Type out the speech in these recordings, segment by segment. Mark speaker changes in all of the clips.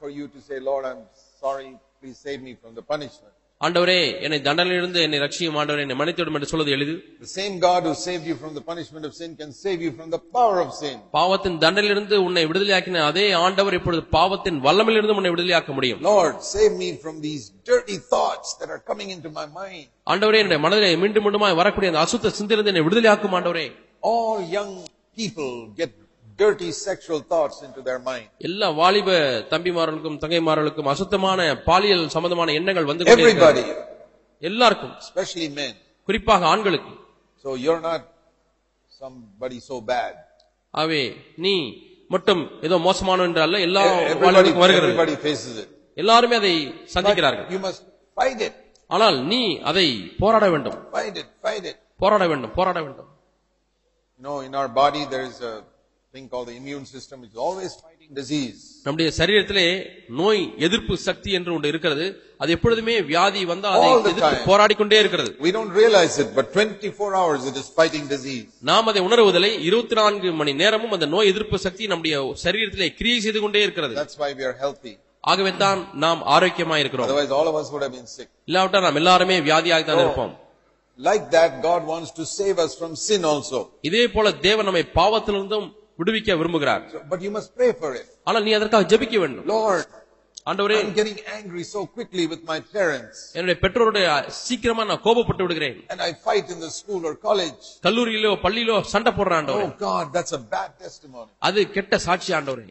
Speaker 1: for you to say, Lord, I'm sorry, please save me from the punishment.
Speaker 2: ஆண்டவரே என்னை தண்டனையிலிருந்து என்னை ரட்சியும் ஆண்டவரே என்னை மன்னித்துவிடும் என்று சொல்வது எளிது
Speaker 1: The same God who saved you from the punishment of sin can save you from the power of sin.
Speaker 2: பாவத்தின் தண்டனையிலிருந்து உன்னை விடுதலையாக்கின அதே ஆண்டவர் இப்பொழுது பாவத்தின் வல்லமையிலிருந்து உன்னை விடுதலையாக்க முடியும்
Speaker 1: Lord, save me from these dirty thoughts that are coming into my mind.
Speaker 2: ஆண்டவரே என்னுடைய மனதிலே மீண்டும் மீண்டுமாய் வரக்கூடிய அந்த அசுத்த சிந்திலிருந்து என்னை விடுதலையாக்கும் ஆண்டவரே
Speaker 1: All young people get dirty sexual thoughts into their mind.
Speaker 2: எல்லா வாலிப தம்பிமார்களுக்கும் தங்கைமார்களுக்கும் அசுத்தமான பாலியல் சம்பந்தமான எண்ணங்கள் வந்து கொண்டே இருக்கிறது.
Speaker 1: Everybody,
Speaker 2: எல்லாருக்கும்
Speaker 1: especially men.
Speaker 2: குறிப்பாக ஆண்களுக்கு
Speaker 1: So you're not somebody so bad.
Speaker 2: ஆவே நீ மட்டும் ஏதோ மோசமானவன் என்று அல்ல எல்லா
Speaker 1: Everybody,
Speaker 2: வாலிபருக்கும் வருகிறது
Speaker 1: everybody faces it.
Speaker 2: எல்லாருமே அதை சந்திக்கிறார்கள்
Speaker 1: But you must fight it,
Speaker 2: ஆனால் நீ அதை போராட வேண்டும்
Speaker 1: fight it, fight it.
Speaker 2: போராட வேண்டும் போராட வேண்டும்
Speaker 1: You know, in our body, there is a thing called the immune system, which is always fighting disease.
Speaker 2: நம்முடைய சரீரத்திலே நோய் எதிர்ப்பு சக்தி என்று ஒன்று இருக்கிறது அது எப்பொழுதுமே வியாதி வந்தா அதை
Speaker 1: All the
Speaker 2: எதிர்த்து
Speaker 1: time.
Speaker 2: போராடி கொண்டே இருக்கிறது
Speaker 1: We don't realize it, but 24 hours it is fighting disease.
Speaker 2: நாம் அதை உணர்வதில்லை இருபத்தி நான்கு மணி நேரமும் அந்த நோய் எதிர்ப்பு சக்தி நம்முடைய சரீரத்திலே கிரியை செய்து கொண்டே இருக்கிறது
Speaker 1: That's why we are healthy.
Speaker 2: ஆகவே தான் நாம் ஆரோக்கியமா இருக்கிறோம்
Speaker 1: Otherwise, all of us would have been sick.
Speaker 2: இல்லாவிட்டால் நாம் எல்லாருமே வியாதியாக தான்
Speaker 1: Oh.
Speaker 2: இருப்போம்
Speaker 1: Like that, God wants to save us from sin also.
Speaker 2: இதே போல தேவன் நம்மை பாவத்திலிருந்தும் விடுவிக்க விரும்புகிறார்
Speaker 1: So- but you must pray for it.
Speaker 2: ஆனால் நீ அதற்காக ஜெபிக்க வேண்டும்
Speaker 1: Lord,
Speaker 2: ஆண்டவரே
Speaker 1: I'm getting angry so quickly with my parents,
Speaker 2: என்னுடைய பெற்றோருடைய சீக்கிரமா நான் கோபப்பட்டு விடுகிறேன்
Speaker 1: and I fight in the school or college.
Speaker 2: கல்லூரியிலோ பள்ளியிலோ சண்டை போடுறேன் ஆண்டவரே
Speaker 1: Oh God, that's a bad testimony.
Speaker 2: அது கெட்ட சாட்சி ஆண்டவரே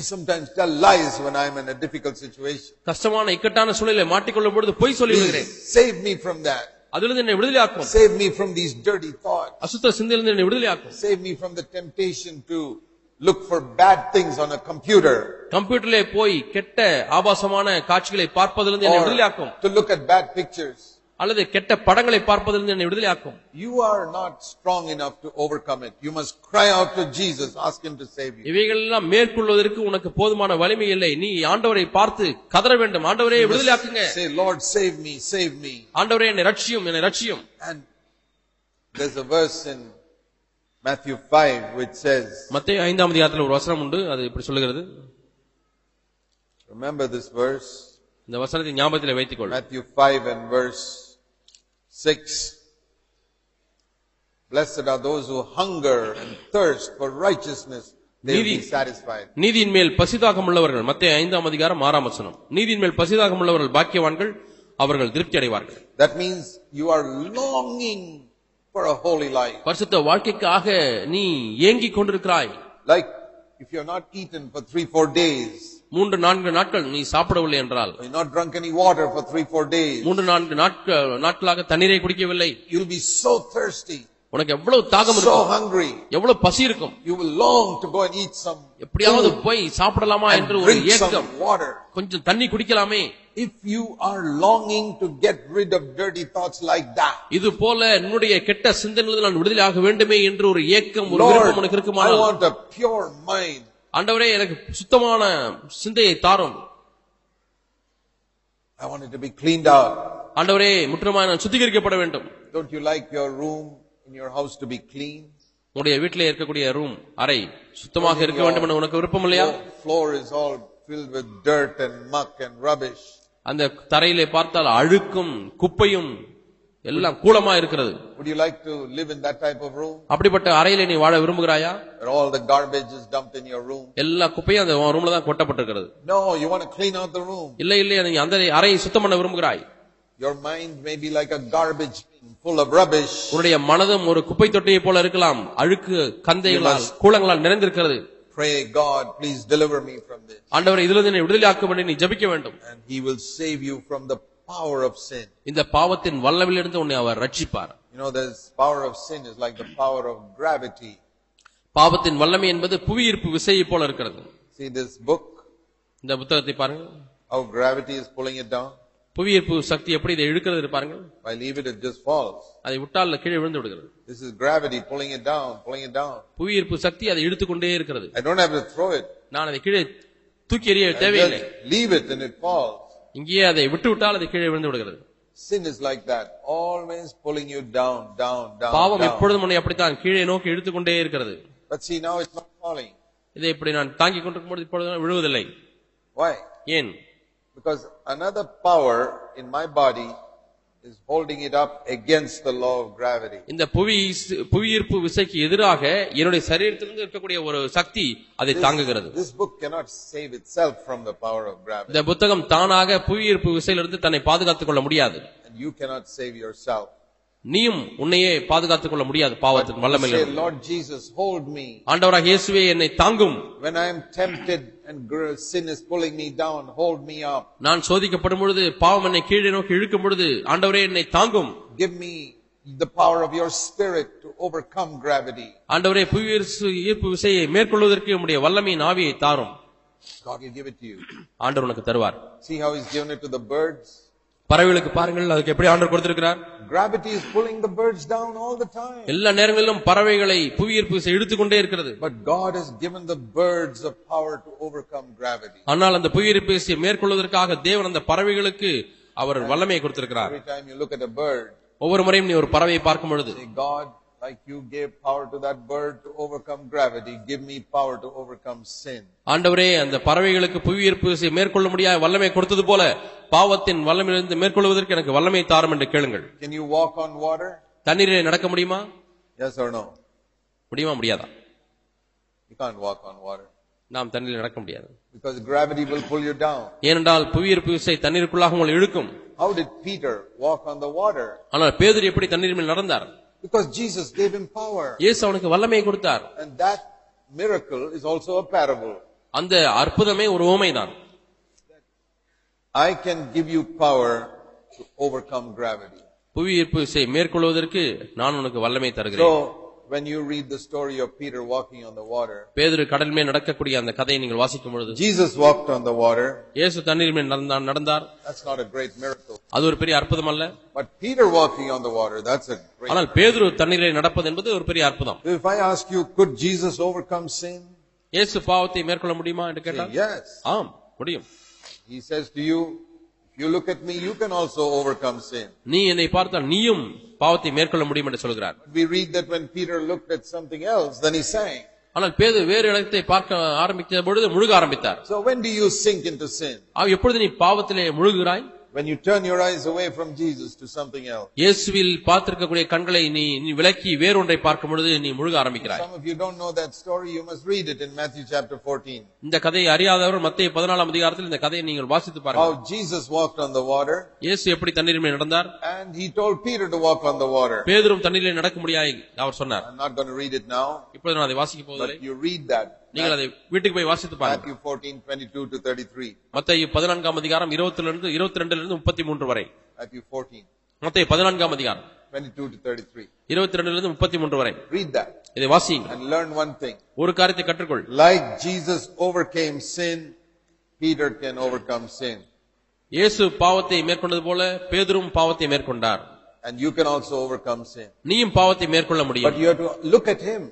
Speaker 1: I sometimes tell lies when I'm in a difficult situation.
Speaker 2: கஷ்டமான இக்கட்டான சூழலை மாட்டிக்கொள்ளும் பொழுது பொய் சொல்லி விடுகிறேன்
Speaker 1: Please save me from that.
Speaker 2: அதிலிருந்து என்னை விடுதலையாக்கும்
Speaker 1: Save me from these dirty thoughts.
Speaker 2: அசுத்த சிந்தையிலிருந்து என்னை விடுதலையாக்கும்
Speaker 1: Save me from the temptation to look for bad things on a computer
Speaker 2: கம்ப்யூட்டர்லே போய் கெட்ட ஆபாசமான காட்சிகளை பார்ப்பதிலிருந்து என்னை
Speaker 1: or
Speaker 2: விடுதலையாக்கும்
Speaker 1: to look at bad pictures.
Speaker 2: அல்லது கெட்ட படங்களை பார்ப்பதிலிருந்து என்னை விடுதலையாக்கும்
Speaker 1: You are not strong enough to overcome it. You must cry out to Jesus, ask Him to save you.
Speaker 2: இவைகள் எல்லாம் மேற்கொள்வதற்கு உனக்கு போதுமான வலிமை இல்லை நீ ஆண்டவரை பார்த்து கதற வேண்டும் ஆண்டவரே
Speaker 1: You must
Speaker 2: விடுதலையாக்குங்க
Speaker 1: say, Lord, save me, save me.
Speaker 2: ஆண்டவரே என்னை ரட்சியும் என்னை ரட்சியும்
Speaker 1: And there's a verse in Matthew 5 which says,
Speaker 2: மத்திய ஐந்தாம் அதிகாரத்தில் ஒரு வசனம் உண்டு அது இப்படி சொல்லுகிறது
Speaker 1: remember this verse,
Speaker 2: இந்த வசனத்தை ஞாபகத்தில் வைத்துக் கொள்
Speaker 1: Matthew 5 and verse 6. Blessed are those who hunger and thirst for righteousness, they will be
Speaker 2: Needy.
Speaker 1: satisfied.
Speaker 2: நீதியின் மேல் பசிதாகம் உள்ளவர்கள் மத்திய ஐந்தாம் அதிகாரம் ஆறாம் வசனம் நீதியின் மேல் பசிதாகம் உள்ளவர்கள் பாக்கியவான்கள் அவர்கள் திருப்தி அடைவார்கள்
Speaker 1: That means you are longing for a holy life.
Speaker 2: பரிசுத்த வாழ்க்கைக்காக நீ ஏங்கிக் கொண்டிருக்கிறாய்
Speaker 1: Like if you have not eaten for three, four days,
Speaker 2: மூன்று நான்கு நாட்கள் நீ சாப்பிடவில்லை என்றால்
Speaker 1: or you have not drunk any water for three, four days,
Speaker 2: மூன்று நான்கு நாட்கள் நாட்களாக தண்ணீரை குடிக்கவில்லை
Speaker 1: you'll be so thirsty,
Speaker 2: உனக்கு எவ்வளவு தாகம்
Speaker 1: so
Speaker 2: இருக்கும்
Speaker 1: hungry.
Speaker 2: எவ்வளவு பசி இருக்கும்
Speaker 1: You will long to go and eat some
Speaker 2: எப்படியாவது
Speaker 1: food
Speaker 2: போய் சாப்பிடலாமா
Speaker 1: and
Speaker 2: என்று ஒரு
Speaker 1: drink
Speaker 2: ஏக்கம்
Speaker 1: some water.
Speaker 2: கொஞ்சம் தண்ணி குடிக்கலாமே
Speaker 1: If you are longing to get rid of dirty thoughts like that,
Speaker 2: இது போல என்னுடைய கெட்ட சிந்தனையிலிருந்து நான் விடுதலை ஆக வேண்டுமே என்று ஒரு ஏக்கம் ஒரு
Speaker 1: Lord,
Speaker 2: விருப்பம் உனக்கு
Speaker 1: I
Speaker 2: இருக்குமானால்
Speaker 1: want a pure mind.
Speaker 2: ஆண்டவரே எனக்கு சுத்தமான சிந்தையை தாரும்
Speaker 1: I want it to be cleaned out.
Speaker 2: ஆண்டவரே முற்றமாய் நான் சுத்திகரிக்கப்பட வேண்டும்
Speaker 1: Don't you like your room in your house to be clean?
Speaker 2: உன்னுடைய வீட்டிலே இருக்கக்கூடிய ரூம் அறை சுத்தமாக இருக்க வேண்டும் என உனக்கு விருப்பம் இல்லையா
Speaker 1: Your floor is all filled with dirt and muck and rubbish.
Speaker 2: அந்த தரையிலே பார்த்தால் அழுக்கும் குப்பையும் எல்லாம் கூலமா இருக்கிறது
Speaker 1: Would you like to live in that type of room?
Speaker 2: அப்படிப்பட்ட அறையிலே நீ வாழ விரும்புகிறாயா
Speaker 1: Where all the garbage is dumped in your room?
Speaker 2: எல்லா குப்பையும் அந்த உன் ரூம்ல தான் கொட்டப்பட்டிருக்கிறது
Speaker 1: No, you want to clean out the room.
Speaker 2: இல்லை இல்லை நீ அந்த அறையை சுத்தம் பண்ண விரும்புகிறாய்
Speaker 1: Your mind may be like a garbage bin full of rubbish.
Speaker 2: உன்னுடைய மனதும் ஒரு குப்பை தொட்டியை போல இருக்கலாம் அழுக்கு கந்தைகளால் கூலங்களால் நிறைந்திருக்கிறது
Speaker 1: Pray, God, please deliver me from this.
Speaker 2: ஆண்டவரை இதிலிருந்து என்னை விடுதலையாக்கும் என்று நீ ஜெபிக்க வேண்டும்
Speaker 1: And He will save you from the power of sin.
Speaker 2: இந்த பாவத்தின் வல்லவிலிருந்து உன்னை அவர் ரட்சிப்பார்
Speaker 1: You know, this power of sin is like the power of gravity.
Speaker 2: பாவத்தின் வல்லமை என்பது புவியீர்ப்பு விசையை போல இருக்கிறது
Speaker 1: See this book,
Speaker 2: இந்த புத்தகத்தை பாருங்கள்
Speaker 1: how gravity is pulling it down?
Speaker 2: புவியீர்ப்பு சக்தி எப்படி இதை இழுக்கிறது பாருங்கள்
Speaker 1: If I leave it, it just falls.
Speaker 2: அதை விட்டால் கீழே விழுந்து விடுகிறது
Speaker 1: This is gravity pulling it down, pulling it down.
Speaker 2: புவியீர்ப்பு சக்தி அதை இழுத்துக் கொண்டே இருக்கிறது
Speaker 1: I don't have to throw it.
Speaker 2: நான் அதை கீழே தூக்கி எறிய
Speaker 1: I
Speaker 2: தேவையில்லை
Speaker 1: just leave it and it falls.
Speaker 2: இங்கேயே அதை விட்டு விட்டால் அது கீழே விழுந்து விடுகிறது
Speaker 1: Sin is like that, always pulling you down, down, down.
Speaker 2: பாவம்
Speaker 1: down.
Speaker 2: எப்பொழுதும் உன்னை அப்படித்தான் கீழே நோக்கி இழுத்துக் கொண்டே இருக்கிறது
Speaker 1: But see, now it's not falling.
Speaker 2: இதை இப்படி நான் தாங்கிக் கொண்டிருக்கும் பொழுது இப்பொழுது நான் விழுவதில்லை
Speaker 1: Why?
Speaker 2: ஏன்
Speaker 1: Because another power in my body is holding it up against the law of gravity.
Speaker 2: இந்த புவி புவியீர்ப்பு விசைக்கு எதிராக என்னுடைய சரீரத்திலிருந்து இருக்கக்கூடிய ஒரு சக்தி அதை தாங்குகிறது
Speaker 1: This book cannot save itself from the power of gravity.
Speaker 2: இந்த புத்தகம் தானாக புவியீர்ப்பு விசையிலிருந்து தன்னை பாதுகாத்துக் கொள்ள முடியாது
Speaker 1: And you cannot save yourself.
Speaker 2: நீயும் உன்னையே பாதுகாத்துக் கொள்ள முடியாது பாவத்தின்
Speaker 1: Say,
Speaker 2: வல்லமையில்
Speaker 1: Lord Jesus, hold me.
Speaker 2: ஆண்டவராக இயேசுவே என்னை தாங்கும்
Speaker 1: When I am tempted and gr- sin is pulling me down, hold me up.
Speaker 2: நான் சோதிக்கப்படும் பொழுது பாவம் என்னை கீழே நோக்கி இழுக்கும் பொழுது ஆண்டவரே என்னை தாங்கும்
Speaker 1: Give me the power of your spirit to overcome gravity.
Speaker 2: ஆண்டவரே புவியீர்ப்பு ஈர்ப்பு விசையை மேற்கொள்வதற்கு உம்முடைய வல்லமையின் ஆவியை தாரும்
Speaker 1: God will give it to you.
Speaker 2: ஆண்டவர் உனக்கு தருவார்
Speaker 1: See how he's given it to the birds?
Speaker 2: பறவைகளுக்கு பாருங்கள் அதுக்கு எப்படி ஆண்டவர் கொடுத்திருக்கிறார்
Speaker 1: Gravity is pulling the birds down all the time.
Speaker 2: எல்லா நேரங்களிலும் பறவைகளை புவியீர்ப்பு விசை இழுத்துக்கொண்டே இருக்கிறது
Speaker 1: But God has given the birds the power to overcome gravity.
Speaker 2: ஆனால் அந்த புவியீர்ப்பு விசையை மேற்கொள்வதற்காக தேவன் அந்த பறவைகளுக்கு அவர் வல்லமையை கொடுத்திருக்கிறார்
Speaker 1: Every time you look at a bird,
Speaker 2: ஒவ்வொரு முறையும் நீ ஒரு பறவையை பார்க்கும் பொழுது
Speaker 1: say, God, like you gave power to that bird to overcome gravity, give me power to overcome sin.
Speaker 2: ஆண்டவரே அந்த பறவைகளுக்கு புவியீர்ப்பு விசையை மேற்கொள்ள முடியாத வல்லமை கொடுத்தது போல பாவத்தின் வல்லமையிலிருந்து மேற்கொள்வதற்கு எனக்கு வல்லமை தாரும் என்று கேளுங்கள்
Speaker 1: Can you walk on water?
Speaker 2: தண்ணீரிலே நடக்க முடியுமா
Speaker 1: Yes or no?
Speaker 2: முடியுமா முடியாதா
Speaker 1: You can't walk on water
Speaker 2: நாம் தண்ணீரில் நடக்க முடியாது
Speaker 1: because gravity will pull you down.
Speaker 2: ஏனென்றால் புவியீர்ப்பு விசை தண்ணீருக்குள்ளாக உங்களை இழுக்கும்
Speaker 1: How did Peter walk on the water?
Speaker 2: ஆனால் பேதுரு எப்படி தண்ணீர் மேல் நடந்தார்
Speaker 1: Because Jesus gave him power.
Speaker 2: இயேசு அவனுக்கு வல்லமையை கொடுத்தார்
Speaker 1: And that miracle is also a parable.
Speaker 2: அந்த அற்புதமே ஒரு உவமைதான்
Speaker 1: I can give you power to overcome gravity.
Speaker 2: புவியீர்ப்பு விசை மேற்கொள்வதற்கு நான் உனக்கு வல்லமை தருகிறேன்
Speaker 1: So, when you read the story of Peter walking on the water,
Speaker 2: பேதுரு கடல் மேல் நடக்கக்கூடிய அந்த கதையை நீங்கள் வாசிக்கும் பொழுது
Speaker 1: Jesus walked on the water.
Speaker 2: இயேசு தண்ணீர் மேல் நடந்தார் நடந்தார்
Speaker 1: That's not a great miracle.
Speaker 2: அது ஒரு பெரிய அற்புதம் அல்ல
Speaker 1: But Peter walking on the water, that's a great
Speaker 2: ஆனால் பேதுரு தண்ணீரை நடப்பது என்பது ஒரு பெரிய அற்புதம்
Speaker 1: If I ask you, could Jesus overcome sin?
Speaker 2: இயேசு பாவத்தை மேற்கொள்ள முடியுமா என்று
Speaker 1: Say,
Speaker 2: கேட்டால்
Speaker 1: yes.
Speaker 2: ஆம் முடியும்
Speaker 1: He says to you, if you look at me, you can also overcome sin.
Speaker 2: நீ என்னை பார்த்தால் நீயும் பாவத்தை மேற்கொள்ள முடியும் என்று சொல்கிறார்
Speaker 1: We read that when Peter looked at something else, then he sang.
Speaker 2: ஆனால் பேது வேறு இடத்தை பார்க்க ஆரம்பித்த பொழுது முழுக ஆரம்பித்தார்
Speaker 1: So when do you sink into sin?
Speaker 2: அவன் எப்பொழுது நீ பாவத்திலே முழுகுகிறாய்
Speaker 1: When you turn your eyes away from Jesus to something else.
Speaker 2: இயேசுவில் பார்த்திருக்கக்கூடிய கண்களை நீ நீ விலக்கி வேறொன்றை பார்க்கும் பொழுது நீ முழுக ஆரம்பிக்கிறாய்
Speaker 1: Some of you don't know that story. You must read it in Matthew chapter 14.
Speaker 2: இந்த கதையை அறியாதவர் மத்திய பதினாலாம் அதிகாரத்தில் இந்த கதையை நீங்கள் வாசித்து பாருங்கள்
Speaker 1: How Jesus walked on the water
Speaker 2: இயேசு எப்படி தண்ணீர் மேல் நடந்தார்
Speaker 1: and he told Peter to walk on the water.
Speaker 2: பேதுரும் தண்ணீரிலே நடக்க முடியாய் அவர் சொன்னார்
Speaker 1: I'm not going to read it now,
Speaker 2: இப்பொழுது நான் அதை வாசிக்க போவதில்லை
Speaker 1: but you read that.
Speaker 2: நீங்கள் அதை வீட்டுக்கு போய் வாசித்து பாருங்கள்
Speaker 1: Matthew 14, 22 to 33.
Speaker 2: மத்திய பதினான்காம் அதிகாரம் இருபத்துல இருந்து இருபத்தி ரெண்டுல இருந்து முப்பத்தி மூன்று வரை
Speaker 1: Matthew 14,
Speaker 2: மத்திய பதினான்காம் அதிகாரம்
Speaker 1: 22 to 33.
Speaker 2: இருபத்தி ரெண்டுல இருந்து முப்பத்தி மூன்று வரை
Speaker 1: Read that
Speaker 2: இதை வாசியுங்கள்
Speaker 1: and learn one thing.
Speaker 2: ஒரு காரியத்தை கற்றுக்கொள்
Speaker 1: Like Jesus overcame sin, Peter can overcome sin.
Speaker 2: இயேசு பாவத்தை மேற்கொண்டது போல பேதுரும் பாவத்தை மேற்கொண்டார்
Speaker 1: And you can also overcome sin.
Speaker 2: நீயும் பாவத்தை மேற்கொள்ள
Speaker 1: But
Speaker 2: முடியும்
Speaker 1: you have to look at him.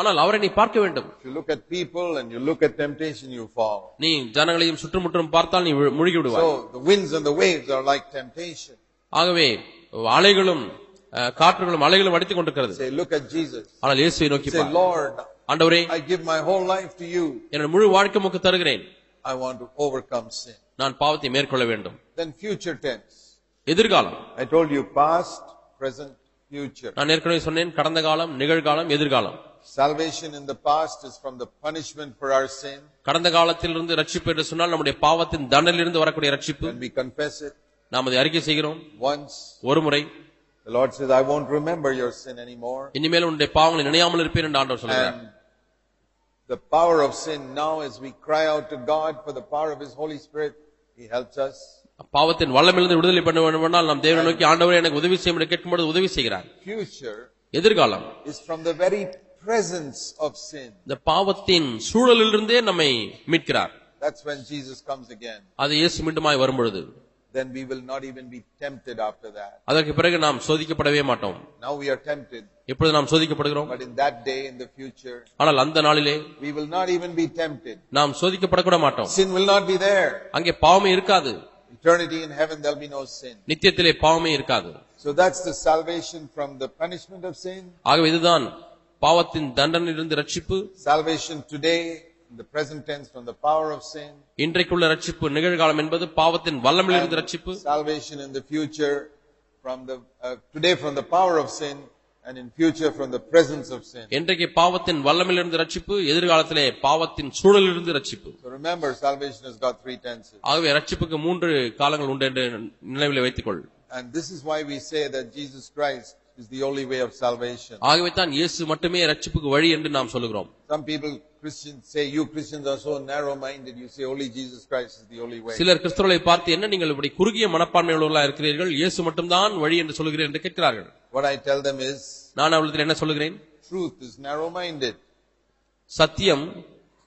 Speaker 2: ஆனால் அவரை நீ பார்க்க வேண்டும்
Speaker 1: If you look at people and you look at temptation, you fall.
Speaker 2: நீ ஜனங்களையும் சுற்றுமுற்றும் பார்த்தால் நீ விழு- முழுகி விடுவாய்
Speaker 1: So the winds and the waves are like temptation.
Speaker 2: ஆகவே அலைகளும் அஹ், காற்றுகளும் அலைகளும் அடித்துக் கொண்டிருக்கிறது
Speaker 1: Say, look at Jesus.
Speaker 2: ஆனால் இயேசுவை நோக்கி
Speaker 1: Say,
Speaker 2: பார்.
Speaker 1: Lord,
Speaker 2: ஆண்டவரே
Speaker 1: I give my whole life to you.
Speaker 2: என்னோட முழு வாழ்க்கை முக்கு தருகிறேன்
Speaker 1: I want to overcome sin.
Speaker 2: நான் பாவத்தை மேற்கொள்ள வேண்டும்
Speaker 1: Then future tense.
Speaker 2: எதிர்காலம்
Speaker 1: I told you past, present, future.
Speaker 2: நான் ஏற்கனவே சொன்னேன் கடந்த காலம் நிகழ்காலம் எதிர்காலம்
Speaker 1: Salvation in the past is from the punishment for our sin.
Speaker 2: கடந்த காலத்திலிருந்து ரட்சிப்பு என்று சொன்னால் நம்முடைய பாவத்தின் தண்டனிலிருந்து வரக்கூடிய ரட்சிப்பு
Speaker 1: When we confess it
Speaker 2: நாம் அதை அறிக்கை செய்கிறோம்
Speaker 1: once,
Speaker 2: ஒரு முறை
Speaker 1: the Lord says, I won't remember your sin anymore.
Speaker 2: இனிமேல் உன்னுடைய பாவங்களை நினையாமல் இருப்பேன் என்று ஆண்டவர் சொல்கிறார்
Speaker 1: And the power of sin now, as we cry out to God for the power of His Holy Spirit, He helps us.
Speaker 2: பாவத்தின் வல்லமிருந்து விடுதலை பண்ண வேண்டுமென்றால் நாம் தேவனை நோக்கி ஆண்டவரே எனக்கு உதவி செய்யும் என்று கேட்கும்போது உதவி செய்கிறார்
Speaker 1: Future
Speaker 2: எதிர்காலம்
Speaker 1: is from the very presence of sin.
Speaker 2: இந்த பாவத்தின் சூழலிலிருந்தே நம்மை மீட்கிறார்
Speaker 1: That's when Jesus comes again.
Speaker 2: அது இயேசு மீண்டுமாய் வரும்பொழுது
Speaker 1: Then we will not even be tempted after that.
Speaker 2: அதற்கு பிறகு நாம் சோதிக்கப்படவே மாட்டோம்
Speaker 1: Now we are tempted,
Speaker 2: இப்பொழுது நாம் சோதிக்கப்படுகிறோம்
Speaker 1: but in that day, in the future,
Speaker 2: ஆனால் அந்த நாளிலே
Speaker 1: we will not even be tempted.
Speaker 2: நாம் சோதிக்கப்படக்கூட மாட்டோம்
Speaker 1: Sin will not be there.
Speaker 2: அங்கே பாவமே இருக்காது
Speaker 1: Eternity in heaven, there'll be no sin.
Speaker 2: நித்தியத்திலே பாவமே இருக்காது
Speaker 1: So that's the salvation from the punishment of sin,
Speaker 2: ஆகவே இதுதான் பாவத்தின் தண்டனையிலிருந்து ரட்சிப்பு
Speaker 1: salvation today the present tense from the power of sin,
Speaker 2: இன்றைக்குள்ள ரட்சிப்பு நிகழ்காலம் என்பது பாவத்தின் வல்லமிலிருந்து ரட்சிப்பு
Speaker 1: salvation in the future from the uh, today from the power of sin, and in future from the presence of sin.
Speaker 2: இன்றைக்கு பாவத்தின் வல்லமிலிருந்து ரட்சிப்பு எதிர்காலத்திலே பாவத்தின் சூழலிலிருந்து ரட்சிப்பு
Speaker 1: So remember, salvation has got three tenses,
Speaker 2: ஆகவே ரட்சிப்புக்கு மூன்று காலங்கள் உண்டு என்று நினைவில் வைத்துக்கொள்
Speaker 1: and this is why we say that Jesus Christ is the only way of salvation.
Speaker 2: ஆகவே தான் இயேசு மட்டுமே ரட்சிப்புக்கு வழி என்று நாம் சொல்லுகிறோம்
Speaker 1: Some people, Christians, say, you Christians are so narrow-minded, you say only Jesus Christ is the only way.
Speaker 2: சிலர் கிறிஸ்தவர்களை பார்த்து என்ன நீங்கள் இப்படி குறுகிய மனப்பான்மையுள்ளவர்களா இருக்கிறீர்கள் இயேசு மட்டும்தான் வழி என்று சொல்கிறேன் என்று கேட்கிறார்கள்
Speaker 1: What I tell them is,
Speaker 2: நான் அவளுக்கு என்ன சொல்கிறேன்
Speaker 1: truth is narrow-minded.
Speaker 2: சத்தியம்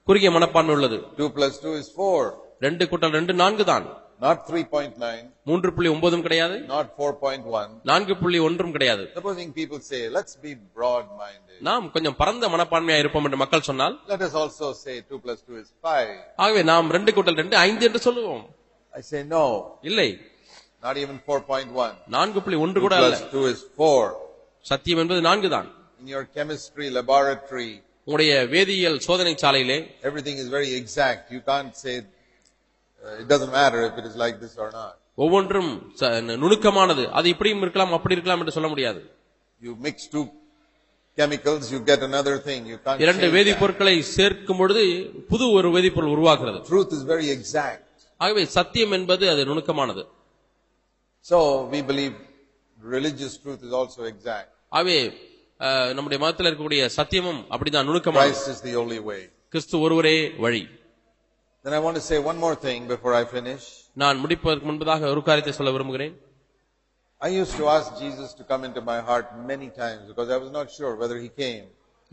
Speaker 2: குறுகிய மனப்பான்மை உள்ளது
Speaker 1: Two plus two is four,
Speaker 2: ரெண்டு கூட்டல் ரெண்டு நான்கு தான்
Speaker 1: not three point nine,
Speaker 2: மூன்று புள்ளி ஒன்பதும் கிடையாது
Speaker 1: not four point one.
Speaker 2: நான்கு புள்ளி ஒன்றும் கிடையாது
Speaker 1: Supposing people say, let's be broad-minded.
Speaker 2: நாம் கொஞ்சம் பரந்த மனப்பான்மையா இருப்போம் என்று மக்கள் சொன்னால்
Speaker 1: Let us also say two plus two is five.
Speaker 2: ஆகவே நாம் ரெண்டு கூட்டல் ரெண்டு ஐந்து என்று சொல்லுவோம்
Speaker 1: I say, no,
Speaker 2: இல்லை
Speaker 1: not even four point one.
Speaker 2: நான்கு புள்ளி ஒன்று
Speaker 1: Two
Speaker 2: கூட அல்ல
Speaker 1: plus two is four.
Speaker 2: சத்தியம் என்பது நான்கு தான்
Speaker 1: In your chemistry laboratory,
Speaker 2: உங்களுடைய வேதியியல் சோதனை சாலையிலே
Speaker 1: everything is very exact. You can't say, uh, it doesn't matter if it is like this or not.
Speaker 2: ஒவ்வொன்றும் ச- நுணுக்கமானது அது இப்படியும் இருக்கலாம் அப்படி இருக்கலாம் என்று சொல்ல முடியாது
Speaker 1: You mix two chemicals, you get another thing. You can't
Speaker 2: இரண்டு
Speaker 1: change that.
Speaker 2: வேதிப்பொருட்களை சேர்க்கும் பொழுது புது ஒரு வேதிப்பொருள் உருவாகிறது
Speaker 1: Truth is very exact.
Speaker 2: ஆகவே சத்தியம் என்பது அது நுணுக்கமானது
Speaker 1: So we believe religious truth is also exact.
Speaker 2: ஆகவே அஹ், நம்முடைய மதத்தில் இருக்கக்கூடிய சத்தியமும் அப்படிதான் நுணுக்கமானது
Speaker 1: Christ is the only way.
Speaker 2: கிறிஸ்து ஒருவரே வழி
Speaker 1: Then I want to say one more thing before I finish.
Speaker 2: நான் முடிப்பதற்கு முன்பதாக ஒரு காரியத்தை சொல்ல விரும்புகிறேன்
Speaker 1: I used to ask Jesus to come into my heart many times because I was not sure whether he came.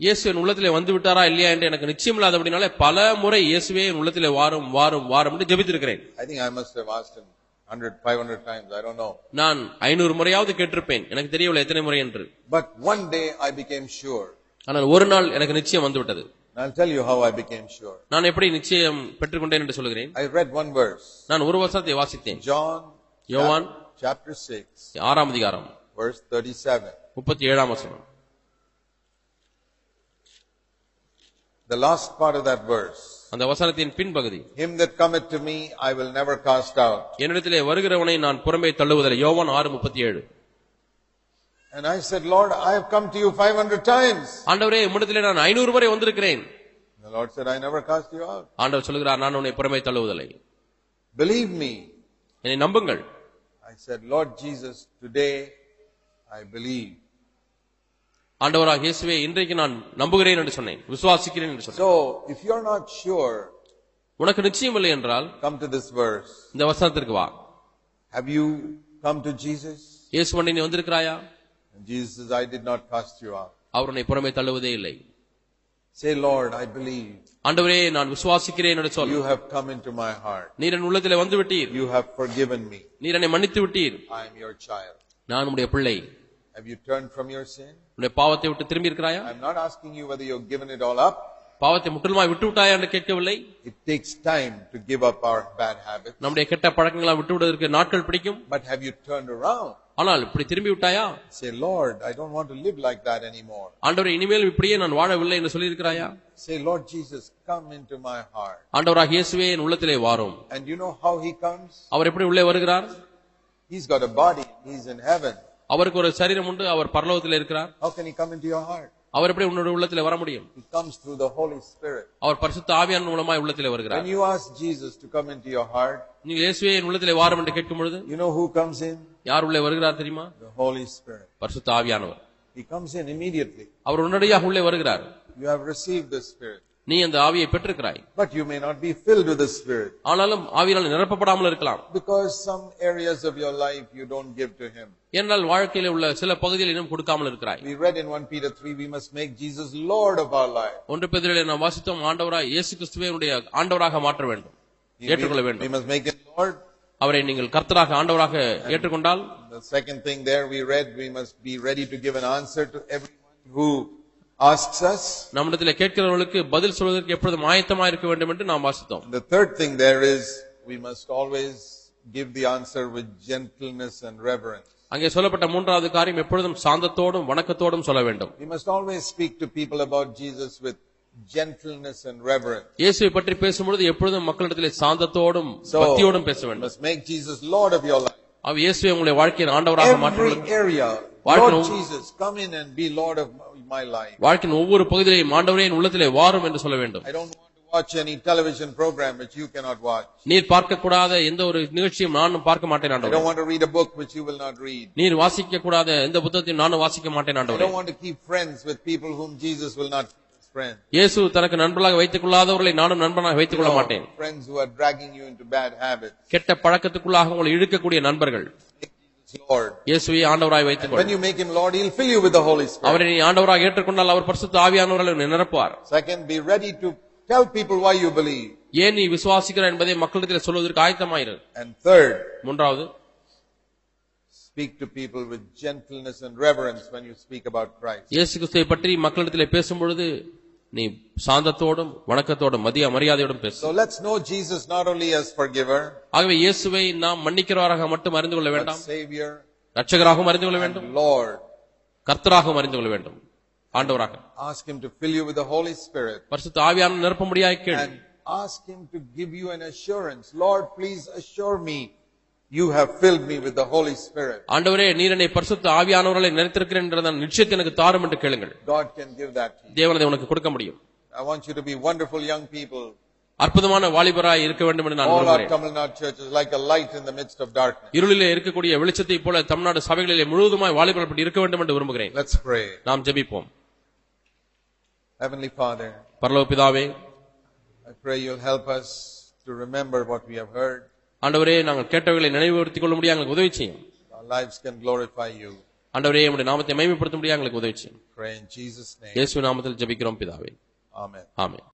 Speaker 2: இயேசு என் உள்ளத்திலே வந்து விட்டாரா இல்லையா என்று எனக்கு நிச்சயம் இல்லாத அப்படினாலே பல முறை இயேசுவே என் உள்ளத்திலே வாரும் வாரும் வாரும் என்று ஜெபித்திருக்கிறேன்
Speaker 1: I think I must have asked him 100, 500 times. I don't know.
Speaker 2: நான் ஐநூறு முறையாவது கேட்டிருப்பேன் எனக்கு தெரியவில்லை எத்தனை முறை என்று
Speaker 1: But one day I became sure.
Speaker 2: ஆனால் ஒரு நாள் எனக்கு நிச்சயம் வந்துவிட்டது
Speaker 1: And I'll tell you how I became sure.
Speaker 2: நான் எப்படி நிச்சயம் பெற்றுக்கொண்டேன் என்று சொல்கிறேன்
Speaker 1: I read one verse.
Speaker 2: நான் ஒரு வருஷத்தை வாசித்தேன்
Speaker 1: John
Speaker 2: யோவான்
Speaker 1: chapter 6
Speaker 2: ஆறாம் அதிகாரம்
Speaker 1: verse 37.
Speaker 2: முப்பத்தி ஏழாம் வசனம்
Speaker 1: The last part of that verse.
Speaker 2: அந்த வசனத்தின் பின்பகுதி
Speaker 1: Him that cometh to me I will never cast out.
Speaker 2: என்னிடத்திலே வருகிறவனை நான் புறம்பே தள்ளுவதில்லை யோவான் ஆறு முப்பத்தி ஏழு
Speaker 1: And I said, Lord, I have come to you 500 times.
Speaker 2: ஆண்டவரே உம்மிடத்திலே நான் ஐநூறு முறை வந்திருக்கிறேன்
Speaker 1: The Lord said, I never cast you out.
Speaker 2: ஆண்டவர் சொல்கிறார் நான் உன்னை புறம்பே தள்ளுவதில்லை
Speaker 1: Believe me.
Speaker 2: என்னை நம்புங்கள்
Speaker 1: I said, Lord Jesus, today I believe.
Speaker 2: ஆண்டவராக இயேசுவே இன்றைக்கு நான் நம்புகிறேன் என்று சொன்னேன் விசுவாசிக்கிறேன் என்று சொன்னேன்
Speaker 1: So, if you're not sure,
Speaker 2: உனக்கு நிச்சயம் இல்லை என்றால்
Speaker 1: come to this verse.
Speaker 2: இந்த வசனத்திற்கு வா
Speaker 1: Have you come to Jesus?
Speaker 2: இயேசு நீ வந்திருக்கிறாயா
Speaker 1: And Jesus says, I did not cast you out.
Speaker 2: அவர் உன்னை புறமே தள்ளுவதே இல்லை
Speaker 1: Say, Lord, I believe.
Speaker 2: ஆண்டவரே நான் விசுவாசிக்கிறேன் என்று சொல்
Speaker 1: You have come into my heart.
Speaker 2: நீர் என் உள்ளத்திலே வந்து விட்டீர்
Speaker 1: You have forgiven me.
Speaker 2: நீர் என்னை மன்னித்து விட்டீர்
Speaker 1: I am your child.
Speaker 2: நான் உம்முடைய பிள்ளை
Speaker 1: Have you turned from your sin?
Speaker 2: உன்னுடைய பாவத்தை விட்டு திரும்பி இருக்கிறாயா
Speaker 1: I'm not asking you whether you've given it all up.
Speaker 2: பாவத்தை முற்றிலுமாய் விட்டு விட்டாயா என்று கேட்கவில்லை
Speaker 1: It takes time to give up our bad habits.
Speaker 2: நம்முடைய கெட்ட பழக்கங்களை விட்டு விடுவதற்கு நாட்கள் பிடிக்கும்
Speaker 1: But have you turned around?
Speaker 2: ஆனால் இப்படி திரும்பி விட்டாயா
Speaker 1: Say, Lord, I don't want to live like that anymore.
Speaker 2: ஆண்டவரே இனிமேல் இப்படியே நான் வாழவில்லை என்று சொல்லியிருக்கிறாயா
Speaker 1: Say, Lord Jesus, come into my heart.
Speaker 2: ஆண்டவராக இயேசுவே என் உள்ளத்திலே வாரும்
Speaker 1: And you know how he comes?
Speaker 2: அவர் எப்படி உள்ளே வருகிறார்
Speaker 1: He's got a body. He's in heaven.
Speaker 2: அவருக்கு ஒரு சரீரம் உண்டு அவர் பரலோகத்தில் இருக்கிறார்
Speaker 1: How can he come into your heart?
Speaker 2: அவர் எப்படி உன்னுடைய உள்ளத்திலே வர முடியும்
Speaker 1: He comes through the Holy Spirit.
Speaker 2: அவர் பரிசுத்த ஆவியான் மூலமாய் உள்ளத்திலே
Speaker 1: When
Speaker 2: வருகிறார்
Speaker 1: you ask Jesus to come into your heart,
Speaker 2: நீங்கள் இயேசுவே என் உள்ளத்திலே வாரும் என்று கேட்கும் பொழுது
Speaker 1: you know who comes in?
Speaker 2: யார் உள்ளே வருகிறார் தெரியுமா
Speaker 1: The Holy Spirit.
Speaker 2: பரிசுத்த ஆவியானவர்
Speaker 1: He comes in immediately.
Speaker 2: அவர் உடனடியாக உள்ளே வருகிறார்
Speaker 1: You have received the Spirit.
Speaker 2: நீ அந்த ஆவியை பெற்றிருக்கிறாய்
Speaker 1: But you may not be filled with the Spirit
Speaker 2: ஆனாலும் ஆவியால் நிரப்பப்படாமல் இருக்கலாம்
Speaker 1: because some areas of your life you don't give to Him.
Speaker 2: ஏனால் வாழ்க்கையில உள்ள சில பகுதியில் இன்னும் கொடுக்காமல் இருக்கிறாய்
Speaker 1: We read in 1 Peter 3, we must make Jesus Lord of our life.
Speaker 2: ஒன்று பேதிலே நாம் வாசித்தோம் ஆண்டவராய் இயேசு கிறிஸ்துவே உன்னுடைய ஆண்டவராக மாற்ற வேண்டும் ஏற்றுக்கொள்ள
Speaker 1: We
Speaker 2: வேண்டும்
Speaker 1: must make Him Lord.
Speaker 2: அவரை நீங்கள் கர்த்தராக ஆண்டவராக ஏற்றுக்கொண்டால்
Speaker 1: The second thing there we read, we must be ready to give an answer to everyone who asks us.
Speaker 2: நம்மிடத்தில் கேட்கிறவர்களுக்கு பதில் சொல்வதற்கு எப்பொழுதும் ஆயத்தமா இருக்க வேண்டும் என்று நாம் வாசித்தோம்
Speaker 1: And the third thing there is, we must always give the answer with gentleness and reverence.
Speaker 2: அங்கே சொல்லப்பட்ட மூன்றாவது காரியம் எப்பொழுதும் சாந்தத்தோடும் வணக்கத்தோடும் சொல்ல வேண்டும்
Speaker 1: We must always speak to people about Jesus with gentleness and reverence.
Speaker 2: இயேசுவை பற்றி பேசும்பொழுது எப்பொழுதும் மக்களிடத்திலே சாந்தத்தோடும்
Speaker 1: So-
Speaker 2: பக்தியோடும் பேச
Speaker 1: You
Speaker 2: வேண்டும்
Speaker 1: must make Jesus Lord of your life.
Speaker 2: அவர் இயேசுவை உங்களுடைய வாழ்க்கையின் ஆண்டவராக
Speaker 1: Every
Speaker 2: மாற்றுங்கள்
Speaker 1: area,
Speaker 2: வாழ்க்கை-
Speaker 1: Lord Jesus, come in and be Lord of my life.
Speaker 2: வாழ்க்கையின் ஒவ்வொரு பகுதியிலேயும் ஆண்டவரே என் உள்ளத்திலே வாரும் என்று சொல்ல வேண்டும்
Speaker 1: I don't want to watch any television program which you cannot watch.
Speaker 2: நீர் பார்க்க கூடாத எந்த ஒரு நிகழ்ச்சியும் நானும் பார்க்க மாட்டேன்
Speaker 1: I
Speaker 2: ஆண்டவரே
Speaker 1: don't want to read a book which you will not read.
Speaker 2: நீர் வாசிக்க கூடாத எந்த புத்தகத்தையும் நானும் வாசிக்க மாட்டேன்
Speaker 1: I
Speaker 2: ஆண்டவரே
Speaker 1: don't want to keep friends with people whom Jesus will not keep as friends.
Speaker 2: இயேசு தனக்கு நண்பர்களாக வைத்துக் கொள்ளாதவர்களை நானும் நண்பனாக வைத்துக் கொள்ள மாட்டேன்
Speaker 1: Friends who are dragging you into bad habits.
Speaker 2: கெட்ட பழக்கத்துக்குள்ளாக உங்களை இழுக்கக்கூடிய நண்பர்கள்
Speaker 1: Make Jesus Lord.
Speaker 2: இயேசுவை ஆண்டவராய் வைத்துக்
Speaker 1: And when
Speaker 2: கொள்
Speaker 1: you make him Lord, he'll fill you with the Holy Spirit.
Speaker 2: அவரை நீ ஆண்டவராக ஏற்றுக்கொண்டால் அவர் பரிசுத்த ஆவியானவர்களை உன்னை நிரப்புவார்
Speaker 1: Second, be ready to tell people why you believe.
Speaker 2: ஏன் நீ விசுவாசிக்கிறாய் என்பதை மக்களிடத்தில் சொல்வதற்கு ஆயத்தமாயிரு
Speaker 1: And third,
Speaker 2: மூன்றாவது
Speaker 1: speak to people with gentleness and reverence when you speak about Christ.
Speaker 2: இயேசு கிறிஸ்துவை பற்றி மக்களிடத்திலே பேசும்பொழுது நீ சாந்தத்தோடும் வணக்கத்தோடும் மதிய மரியாதையோடும் பேசு
Speaker 1: So let's know Jesus not only as forgiver,
Speaker 2: ஆகவே இயேசுவை நாம் மன்னிக்கிறவராக மட்டும் அறிந்து கொள்ள
Speaker 1: but
Speaker 2: வேண்டாம்
Speaker 1: Savior
Speaker 2: ரட்சகராகவும் அறிந்து கொள்ள வேண்டும்
Speaker 1: and Lord.
Speaker 2: கர்த்தராகவும் அறிந்து கொள்ள வேண்டும் ஆண்டவராக
Speaker 1: Ask him to fill you with the Holy Spirit
Speaker 2: பரிசுத்த ஆவியான நிரப்ப முடியாய் கேள்
Speaker 1: and ask him to give you an assurance. Lord, please assure me you have filled me with the Holy Spirit.
Speaker 2: ஆண்டவரே நீர் என்னை பரிசுத்த ஆவியானவர்களை நினைத்திருக்கிறேன் என்ற நிச்சயத்தை எனக்கு தாரும் என்று கேளுங்கள்
Speaker 1: God can give that to you.
Speaker 2: தேவனதை உனக்கு கொடுக்க முடியும்
Speaker 1: I want you to be wonderful young people.
Speaker 2: அற்புதமான வாலிபராய் இருக்க வேண்டும் என்று நான்
Speaker 1: All our
Speaker 2: விரும்புகிறேன்
Speaker 1: Tamil Nadu churches like a light in the midst of darkness.
Speaker 2: இருளிலே இருக்கக்கூடிய வெளிச்சத்தை போல தமிழ்நாடு சபைகளிலே முழுவதுமாய் வாலிபர் அப்படி இருக்க வேண்டும் என்று விரும்புகிறேன்
Speaker 1: Let's pray.
Speaker 2: நாம் ஜெபிப்போம்
Speaker 1: Heavenly Father,
Speaker 2: பரலோக பிதாவே
Speaker 1: I pray you'll help us to remember what we have heard.
Speaker 2: ஆண்டவரே நாங்கள் கேட்டவைகளை நினைவுபடுத்திக் கொள்ள முடியாது எங்களுக்கு உதவி செய்யும்
Speaker 1: Our lives can glorify you.
Speaker 2: ஆண்டவரே உங்களுடைய நாமத்தை மகிமைப்படுத்த முடியாது எங்களுக்கு உதவி செய்யும்
Speaker 1: Pray in Jesus' name.
Speaker 2: இயேசு நாமத்தில் ஜெபிக்கிறோம் பிதாவே
Speaker 1: Amen.
Speaker 2: ஆமென்